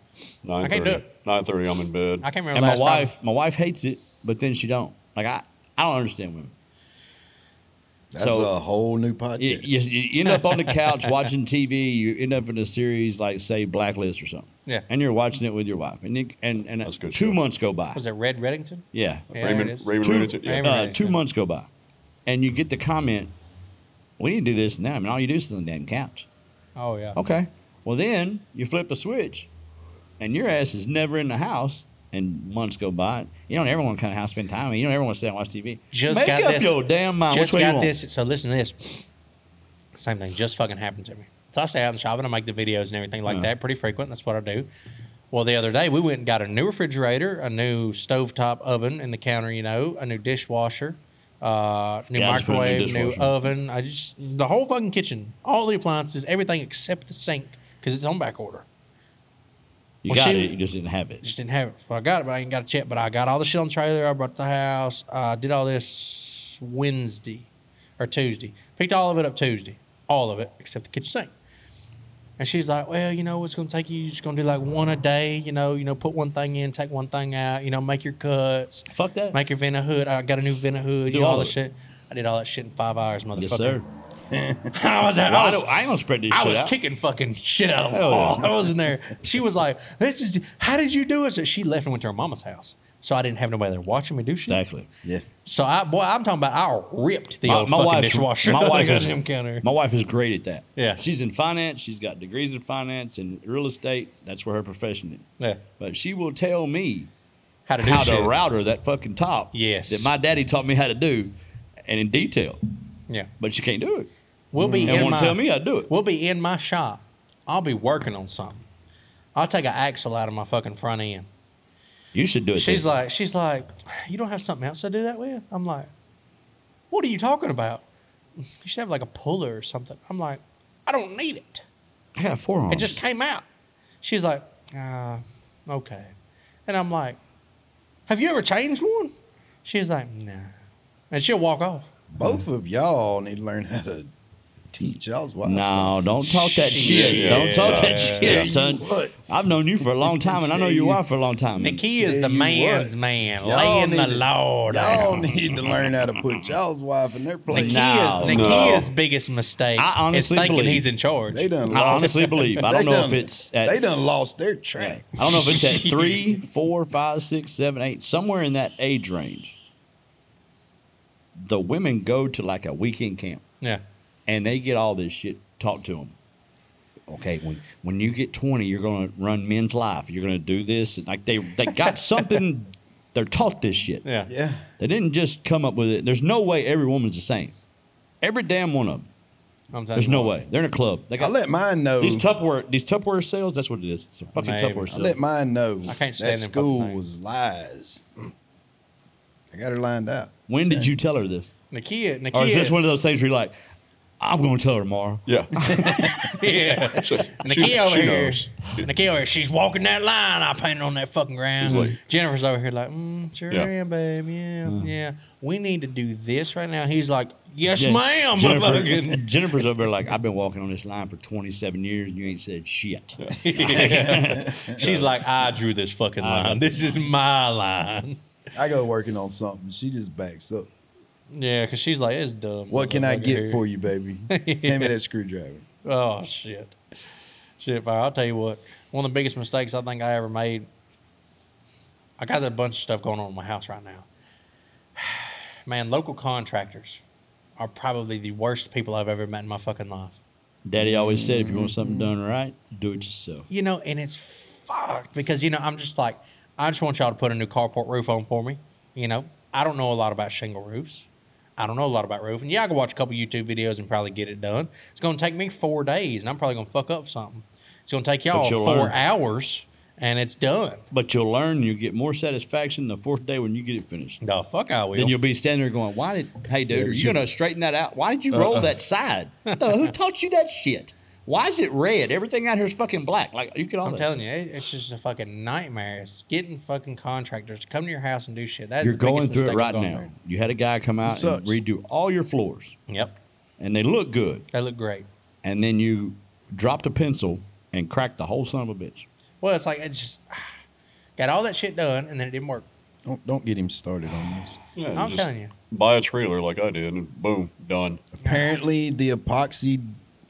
Nine
can't do
thirty.
it.
Nine thirty. I'm in bed.
I can't remember.
And my
last time-
wife, my wife hates it, but then she don't. Like I, I don't understand women.
That's
So-
a whole new podcast.
You, you, you end up on the couch watching TV. You end up in a series like, say, Blacklist or something.
Yeah.
And you're watching it with your wife, and it, and and
That's a good
two
show.
months go by.
was it Red Reddington?
Yeah.
Yeah, it
Raymond.
is.
Raymond.
Two-
Reddington, yeah.
Raymond-
Uh, two months go by, and you get the comment, "We need to do this now." I mean, all you do is sit on the damn couch.
Oh yeah.
Okay. Well, then you flip a switch, and your ass is never in the house. And months go by. You don't ever want to come to the house spend time. You don't ever want to sit and watch TV.
Just
Make
got
up
this.
your damn mind.
Just
Which way you
got
want.
this. So listen to this. Same thing just fucking happened to me. So I stay out in the shop and I make the videos and everything like that pretty frequent. That's what I do. Well, the other day we went and got a new refrigerator, a new stovetop oven in the counter, you know, a new dishwasher, uh, new
Yeah, I just put in a new
microwave, new
dishwasher.
oven. I just the whole fucking kitchen, all the appliances, everything except the sink because it's on back order.
You
Well,
got
she-
it. You just didn't have it.
Just didn't have it. So I got it, but I ain't got a check. But I got all the shit on the trailer. I brought it to the house. I did all this Wednesday or Tuesday. Picked all of it up Tuesday. All of it except the kitchen sink. And she's like, well, you know, it's gonna take you. You're just gonna do like one a day. You know, you know, put one thing in, take one thing out. You know, make your cuts.
Fuck that.
Make your vent hood. I got a new vent hood. you
Do
know,
all
all
of
this
it.
shit. I did all that shit in five hours, motherfucker.
yes, sir.
I was, I
Well, I,
was-
don't, I ain't gonna spread this
I
shit
was
out.
kicking fucking shit out of the
Hell
wall.
yeah.
I was in there. She was like, "This is how did you do it?" So she left and went to her mama's house. So I didn't have nobody there watching me do shit.
Exactly.
yeah.
So I, boy, I'm talking about I ripped the old fucking dishwasher.
My
on the
wife, is,
goddamn counter.
my wife is great at that.
Yeah.
She's in finance. She's got degrees in finance and real estate. That's where her profession is.
Yeah.
But she will tell me
How to do
how
shit.
to router that fucking top.
Yes.
That my daddy taught me how to do, and in detail.
Yeah,
But she can't do it.
we'll be
And
in
won't
my.
tell me how to do it.
We'll be in my shop. I'll be working on something. I'll take an axle out of my fucking front end.
You should do it.
She's
then.
like, she's like, you don't have something else to do that with? I'm like, what are you talking about? You should have like a puller or something. I'm like, I don't need it.
I got four arms.
It just came out. She's like, uh, okay. And I'm like, have you ever changed one? She's like, nah. And she'll walk off.
Both of y'all need to learn how to teach y'all's wives.
No, don't talk that
Shit.
shit. Don't talk that
Yeah.
shit, son.
Tell you what.
I've known you for a long time, and I know your wife for a long time. and
Nikki is
Tell
the
you
man's
what.
man,
Y'all
laying
need
the
to-
law
Y'all
down.
need to learn how to put y'all's wife in their place.
Nikia's,
No,
Nikia's biggest mistake
I honestly
is thinking
believe-
he's in charge.
They done
I
lost.
honestly believe. I
they
don't know if
done-
it's
they
at.
done lost their track.
I don't know if it's at three, four, five, six, seven, eight, somewhere in that age range. The women go to like a weekend camp,
Yeah.
and they get all this shit taught to them. Okay, when when you get twenty, you're gonna run men's life. You're gonna do this, and like they they got something. They're taught this shit.
Yeah.
Yeah.
They didn't just come up with it. There's no way every woman's the same. Every damn one of them.
I'm telling
There's
you
no
what.
way. They're in a club. They
I
got
let mine know.
these Tupperware. These Tupperware sales. That's what it is. It's a fucking
Maybe.
Tupperware
I
sale.
let mine know.
I can't stand
that
them fucking
school
things.
was lies. I got her lined out.
when did you tell her this?
Nakia, Nakia.
Or Oh, is this one of those things where you're like, I'm going to tell her tomorrow.
Yeah.
Yeah. Nakia over here. Nakia over here. She's walking that line I painted on that fucking ground.
She's like-
Jennifer's over here like, mm, sure
Yeah.
am, babe. Yeah, yeah. We need to do this right now. He's like, yes,
Jen-
ma'am.
Jennifer,
motherfucking.
Jennifer's over there like, I've been walking on this line for 27 years and you ain't said shit.
She's like, I drew this fucking line. This is my line.
I go working on something. She just backs up.
Yeah, because she's like, it's dumb.
What can I
motherfucker
get
here."
for you, baby? Hand me that screwdriver.
Oh shit, shit! Fire. I'll tell you what. One of the biggest mistakes I think I ever made I got a bunch of stuff going on in my house right now. Man, local contractors are probably the worst people I've ever met in my fucking life.
Daddy always said, if you want something done right, do it yourself.
You know, and it's fucked because you know I'm just like I just want y'all to put a new carport roof on for me. You know, I don't know a lot about shingle roofs. I don't know a lot about roofing. Yeah, I can watch a couple YouTube videos and probably get it done. It's gonna take me four days, and I'm probably gonna fuck up something. It's gonna take y'all
you'll
four
learn.
hours, and it's done.
But you'll learn, you'll get more satisfaction the fourth day when you get it finished.
The fuck I will.
Then you'll be standing there going, "Why did? Hey, dude, are you
you-
gonna straighten that out? Why did you
Uh-uh.
roll that side? The- who taught you that shit? Why is it red? Everything out here is fucking black. Like you can all.
I'm telling you, it- it's just a fucking nightmare. It's getting fucking contractors to come to your house and do shit. That's
you're
the biggest
going through it
mistake I've
right
gone
now.
through.
You had a guy come out and
sucks.
redo all your floors,
Yep,
and they look good,
they look great.
and then you dropped a pencil and cracked the whole son of a bitch.
Well, it's like it's just got all that shit done, and then it didn't work.
Don't, don't get him started on this.
Yeah,
I'm
just
telling you.
Buy a trailer like I did, and boom, done.
Apparently, the epoxy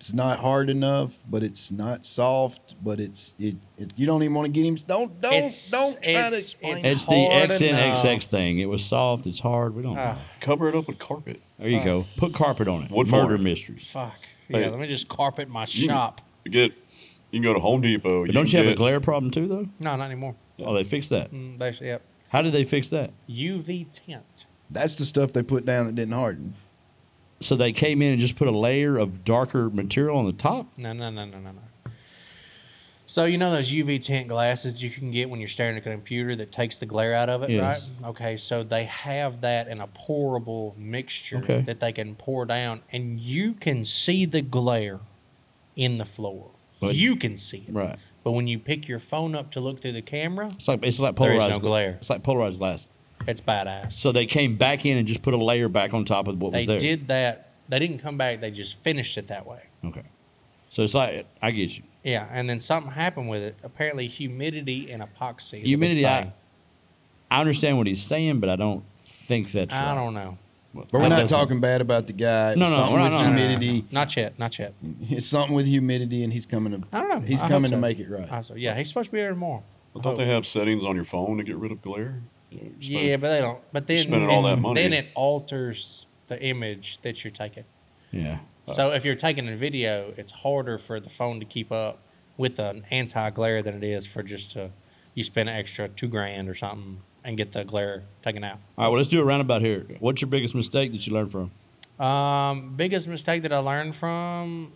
is not hard enough, but it's not soft. But it's it. it you don't even want to get him. Don't don't
It's-
don't try to
it's-
explain.
it's-
it.
It's the
hard
XNXX
enough.
thing. It was soft. It's hard. We don't. know.
Ah.
Cover it up with carpet.
There you go. Put carpet on it.
Wood
Murder
floor.
mysteries.
Fuck. Yeah,
Hey.
let me just carpet my
You can-
shop.
You get. You can go to Home Depot.
But don't you have a
get-
glare problem too, though?
No, not anymore.
Oh, they fixed that.
Mm, They, yep.
How did they fix that?
UV tint.
That's the stuff they put down that didn't harden.
So they came in and just put a layer of darker material on the top.
No, no, no, no, no, no. So you know those UV tint glasses you can get when you're staring at a computer that takes the glare out of it,
Yes.
right? Okay, so they have that in a pourable mixture
Okay.
that they can pour down, and you can see the glare in the floor.
But-
you can see it,
Right.
But when you pick your phone up to look through the camera,
It's like it's like
There is
polarized
no
gla-
glare.
It's like polarized glass.
it's badass.
So they came back in and just put a layer back on top of what
They
was there.
did that. They didn't come back. They just finished it that way.
Okay. So it's like I get you.
Yeah, and then something happened with it. Apparently, humidity and epoxy. Is a
Humidity.
big
I,
thing.
I understand what he's saying, but I don't think that's.
I,
right.
don't know.
But we're
That
not
doesn't-
talking bad about the guy. It's
No, no,
something
we're
with
not- no, no, no, no.
humidity.
Uh, Not yet. Not yet.
It's something with humidity, and he's coming to.
I don't know.
He's
I hope
coming to
so.
make it right.
I so, yeah, he's supposed to be here tomorrow.
I thought they have settings on your phone to get rid of glare. You know, just
Yeah,
put-
but they don't. But then,
spending all that
then-
money.
then it alters the image that you're taking.
Yeah.
Uh.
So if you're taking a video, it's harder for the phone to keep up with an anti glare than it is for just to you spend an extra two grand or something and get the glare taken out.
All right. Well, let's do a roundabout here. What's your biggest mistake that you learned from?
Um, biggest mistake that I learned from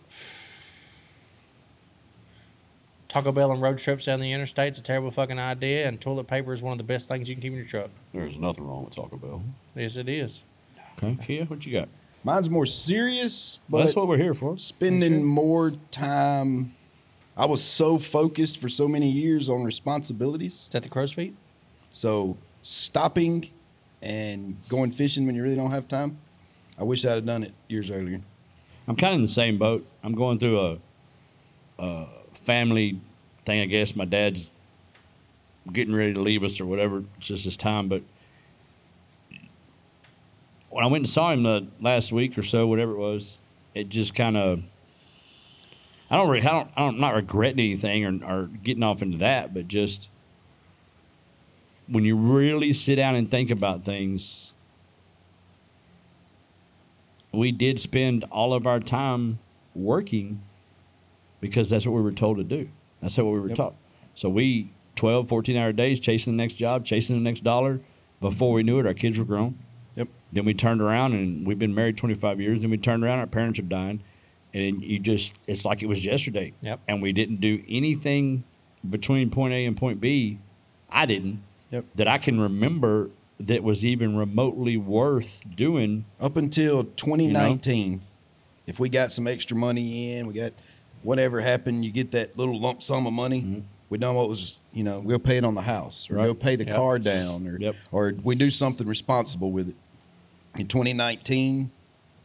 Taco Bell and road trips down the interstate's a terrible fucking idea, and toilet paper is one of the best things you can keep in your truck.
There's nothing wrong with Taco Bell.
Yes, it is.
Okay. Kia, what you got?
Mine's more serious, but
Well, that's what we're here for.
spending more time. I was so focused for so many years on responsibilities.
Is that the crow's feet?
So stopping and going fishing when you really don't have time. I wish I'd have done it years earlier.
I'm kind of in the same boat. I'm going through a, a family thing, I guess. My dad's getting ready to leave us or whatever. It's just his time. But when I went and saw him the last week or so, whatever it was, it just kind of. I don't really, I don't, I don't, I'm not regretting anything or, or getting off into that, but just when you really sit down and think about things, we did spend all of our time working because that's what we were told to do. That's what we were taught. So we 12, 14 hour days chasing the next job, chasing the next dollar. Before we knew it, our kids were grown.
Yep.
Then we turned around and we've been married 25 years. Then we turned around, our parents are dying. And you just, it's like it was yesterday.
Yep.
And we didn't do anything between point A and point B. I didn't.
Yep.
That I can remember that was even remotely worth doing.
Up until 2019, if we got some extra money in, we got whatever happened, you get that little lump sum of money. We know what was, you know, we'll pay it on the house or
Mm-hmm. Right.
we'll pay the
Yep.
car down or,
Yep.
or we do something responsible with it. In 2019,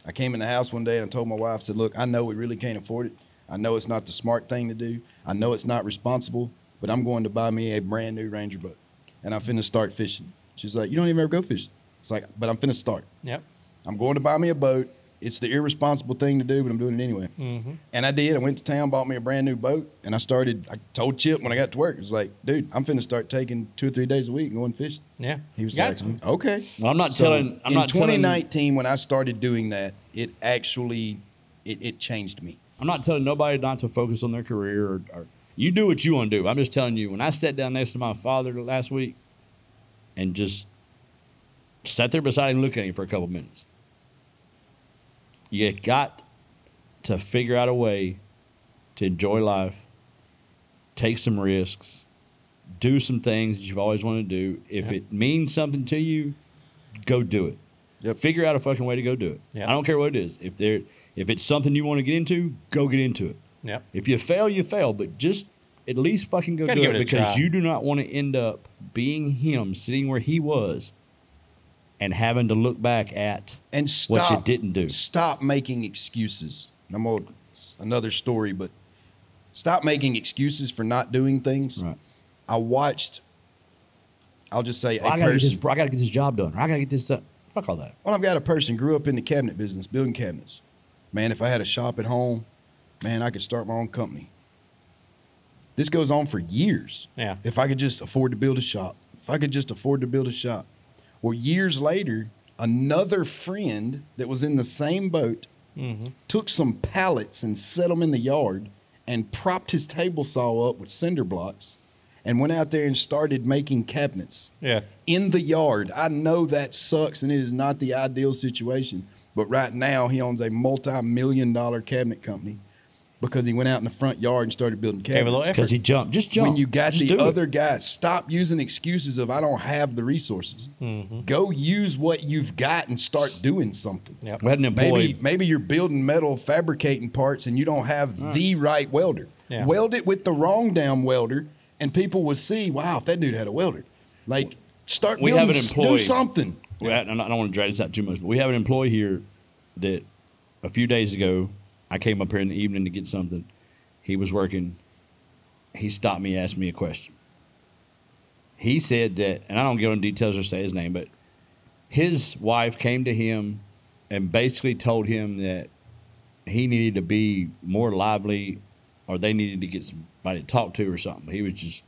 I came in the house one day and I told my wife, I said, Look, I know we really can't afford it. I know it's not the smart thing to do. I know it's not responsible, but I'm going to buy me a brand new Ranger boat and I'm finna start fishing. She's like, You don't even ever go fishing. It's like, But I'm finna start.
Yep.
I'm going to buy me a boat It's the irresponsible thing to do, but I'm doing it anyway.
Mm-hmm.
And I did. I went to town, bought me a brand new boat, and I started. I told Chip when I got to work, it was like, dude, I'm finna start taking two or three days a week and going fishing.
Yeah.
He was
You got
like,
"Hmm."
"Mm,
to.
okay.
Well, I'm not telling- I'm
in
not telling-
2019 when I started doing that, it actually it, it changed me.
I'm not telling nobody not to focus on their career or, or you do what you want to do. I'm just telling you, when I sat down next to my father last week and just sat there beside him looking at him for a couple minutes, you got to figure out a way to enjoy life, take some risks, do some things that you've always wanted to do. If it means something to you, go do it.
Yep.
Figure out a fucking way to go do it.
Yeah.
I don't care what it is. If there, if it's something you want to get into, go get into it.
Yep.
If you fail, you fail, but just at least fucking go
Gotta
do
give
it,
it a
because
try.
you do not want to end up being him, sitting where he was, and having to look back at
and
what you
stop
didn't do.
Stop making excuses. And I'm on another story, but stop making excuses for not doing things.
right.
I watched. I'll just say
I
a
gotta, get
person.
this, I gotta get this job done. Or I gotta get this done. Fuck all that.
Well, I've got a person grew up in the cabinet business, building cabinets. Man, if I had a shop at home, man, I could start my own company. This goes on for years.
Yeah.
If I could just afford to build a shop, if I could just afford to build a shop. Well, years later, another friend that was in the same boat took some pallets and set them in the yard and propped his table saw up with cinder blocks and went out there and started making cabinets
Yeah.
in the yard. I know that sucks and it is not the ideal situation. But right now, he owns a multi million dollar cabinet company because he went out in the front yard and started building
a little
cabinets.
effort.
Because he jumped. Just jump.
When you got
Just do
the
it.
other guys, stop using excuses of I don't have the resources.
Mm-hmm.
Go use what you've got and start doing something.
Yep.
We had an employee.
Maybe maybe you're building metal, fabricating parts, and you don't have the right welder.
Yeah.
Weld it with the wrong damn welder, and people will see, wow, if that dude had a welder. Like, start
We
building,
have an
s-
employee.
do something.
Well, I, I don't want to drag this out too much, but we have an employee here that a few days ago, I came up here in the evening to get something. He was working. He stopped me, asked me a question. He said that, and I don't give him details or say his name, but his wife came to him and basically told him that he needed to be more lively or they needed to get somebody to talk to or something. He was just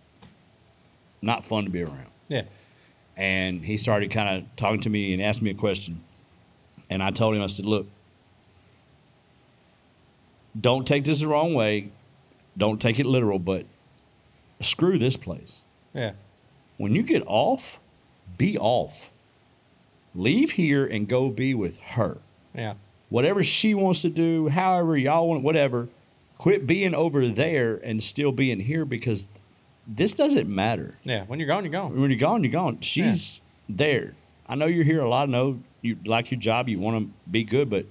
not fun to be around
Yeah.
and he started kind of talking to me and asked me a question. And I told him, I said, look, don't take this the wrong way. Don't take it literal, but screw this place.
Yeah.
When you get off, be off. Leave here and go be with her.
Yeah.
Whatever she wants to do, however y'all want, whatever, quit being over there and still being here because this doesn't matter
Yeah. When you're gone, you're gone.
when you're gone, you're gone. She's there. I know you're here a lot. I know you like your job. You want to be good, but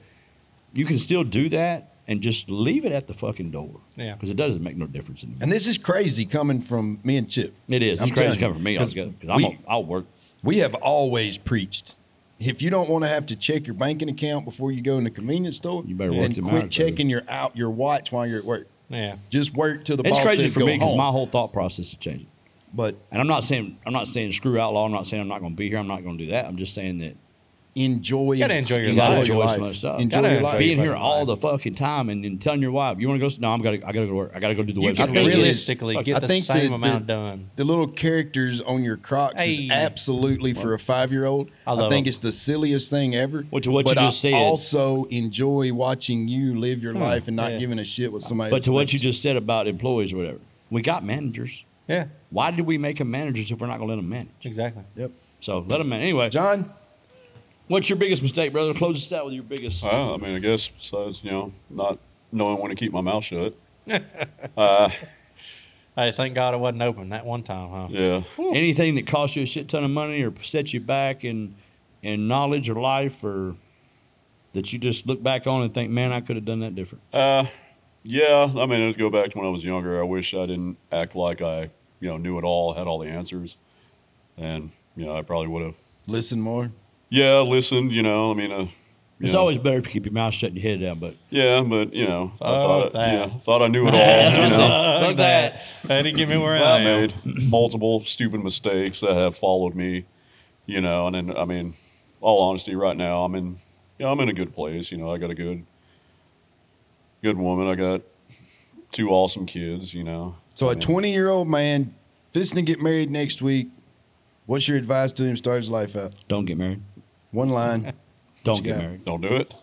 you can still do that and just leave it at the fucking door.
Yeah.
because it doesn't make no difference anymore.
And this is crazy coming from me and Chip.
It is.
I'm
It's crazy
telling you,
coming from me.
'cause
altogether, 'cause I'm
we-
a, I'll work.
we have always preached if you don't want to have to check your banking account before you go in the convenience store,
You better work
then
them
quit
hours, brother.
checking your out your watch while you're at work.
Yeah.
Just work till the
It's
boss
crazy
says
for
go
me because
home.
my whole thought process is changing.
but
And I'm not saying I'm not saying screw outlaw. I'm not saying I'm not going to be here. I'm not going to do that. I'm just saying that
enjoy,
Gotta enjoy your
you
life.
got to enjoy some other stuff.
Enjoy
Gotta
your life.
enjoy
being
your
here
fucking
all
life.
the fucking time and then telling your wife you want to go. s- No, I'm got to. I got to go to work. I got to go do the
You
website.
I
You
think it is-
realistically
I
get the
think
same
the-
amount
the-
done.
the little characters on your Crocs
Hey.
is absolutely for a five year old.
I
I,
love
think
them.
it's the silliest thing ever.
Which is what you
but I
just said.
Also enjoy watching you live your life and not
yeah.
giving a shit what somebody.
But
else
to what
thinks.
you just said about employees or whatever, we got managers.
Yeah.
Why did we make them managers if we're not going to let them manage?
Exactly.
Yep.
So let them manage. Anyway,
John,
what's your biggest mistake, brother? Close us out with your biggest.
Uh, I mean, I guess besides you know not knowing when to keep my mouth shut.
Hey, thank God it wasn't open that one time, huh?
Yeah,
anything that costs you a shit ton of money or sets you back in in knowledge or life or that you just look back on and think, man, I could have done that different.
uh, yeah. I mean, I'd go back to when I was younger. I wish I didn't act like I you know knew it all, had all the answers, and you know I probably would have.
listen more.
Yeah, listened. You know, I mean, uh, you
It's
know.
always better if you keep your mouth shut and your head down. But
yeah, but you know, I
Fuck
thought I,
that.
yeah, thought I knew it all. you know.
Fuck that.
That didn't get me where I
I
am.
made multiple stupid mistakes that have followed me, you know. And then, I mean, all honesty, right now, I'm in yeah, I'm in a good place. You know, I got a good, good woman. I got two awesome kids. You know,
So
I
a
mean,
20 year old man, fisting to get married next week. What's your advice to him? to Start his life out.
Don't get married.
One line.
Don't
you
get
got?
married.
don't do it.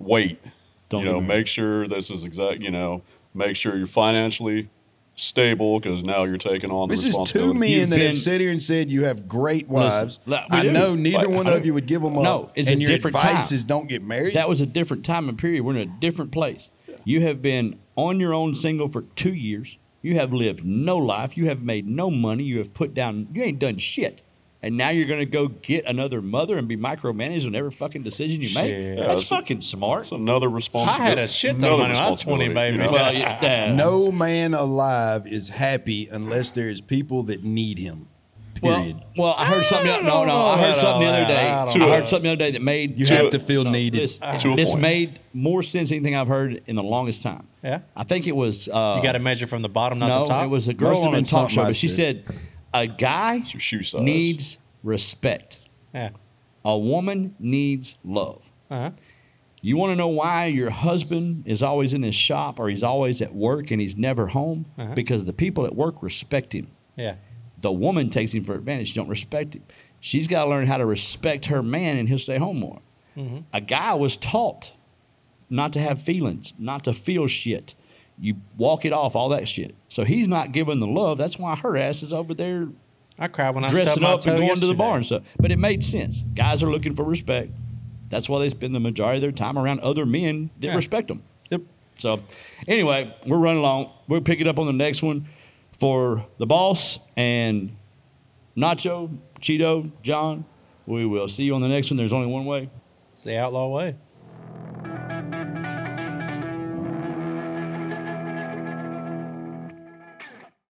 Wait.
Don't
you
get
know,
married.
make sure this is exact. You know, make sure you're financially stable because now you're taking on the
This is two
responsibility.
men
You've
that
been-
have sat here and said you have great wives.
like, we
I
do.
know neither
Like,
one
I
of you would give them up.
No, it's a
and your
different
advice
time.
is don't get married.
That was a different time and period. We're in a different place. You have been on your own single for two years. You have lived no life. You have made no money. You have put down, you ain't done shit. And now you're going to go get another mother and be micromanaged on every fucking decision you make?
Shit.
That's,
That's-
fucking smart.
It's another responsibility.
I had a shit ton of money when I was 20, baby.
well, yeah, uh,
no man alive is happy unless there is people that need him. Period.
Well, well, I heard something.
I
No,
don't
no,
know
I heard
about
something the
all
other
that.
day.
I
I,
don't
know.
heard something the other day that made
you
to-
have to feel needed.
this.
To a
this
point.
made more sense than anything I've heard in the longest time.
Yeah.
I think it was. Uh,
You got to measure from the bottom, not
no,
the top.
it was a girl
Must have
on a
been
talk
something
show,
I
but she
said.
said a guy
your shoe size.
needs respect.
Yeah.
A woman needs love.
Uh-huh.
You want to know why your husband is always in his shop or he's always at work and he's never home?
Uh-huh.
Because the people at work respect him.
Yeah.
The woman takes him for advantage. She don't respect him. She's got to learn how to respect her man, and he'll stay home more.
Mm-hmm.
A guy was taught not to have feelings, not to feel shit. You walk it off, all that shit. So he's not giving the love. That's why her ass is over there
I cried when I stubbed
dressing
my
up and
toe
going to the
yesterday.
bar and stuff. But it made sense. Guys are looking for respect. That's why they spend the majority of their time around other men that
Yeah.
respect them.
Yep.
So, anyway, we're running long. We'll pick it up on the next one for the boss and Nacho, Cheeto, John. We will see you on the next one. There's only one way.
It's the outlaw way.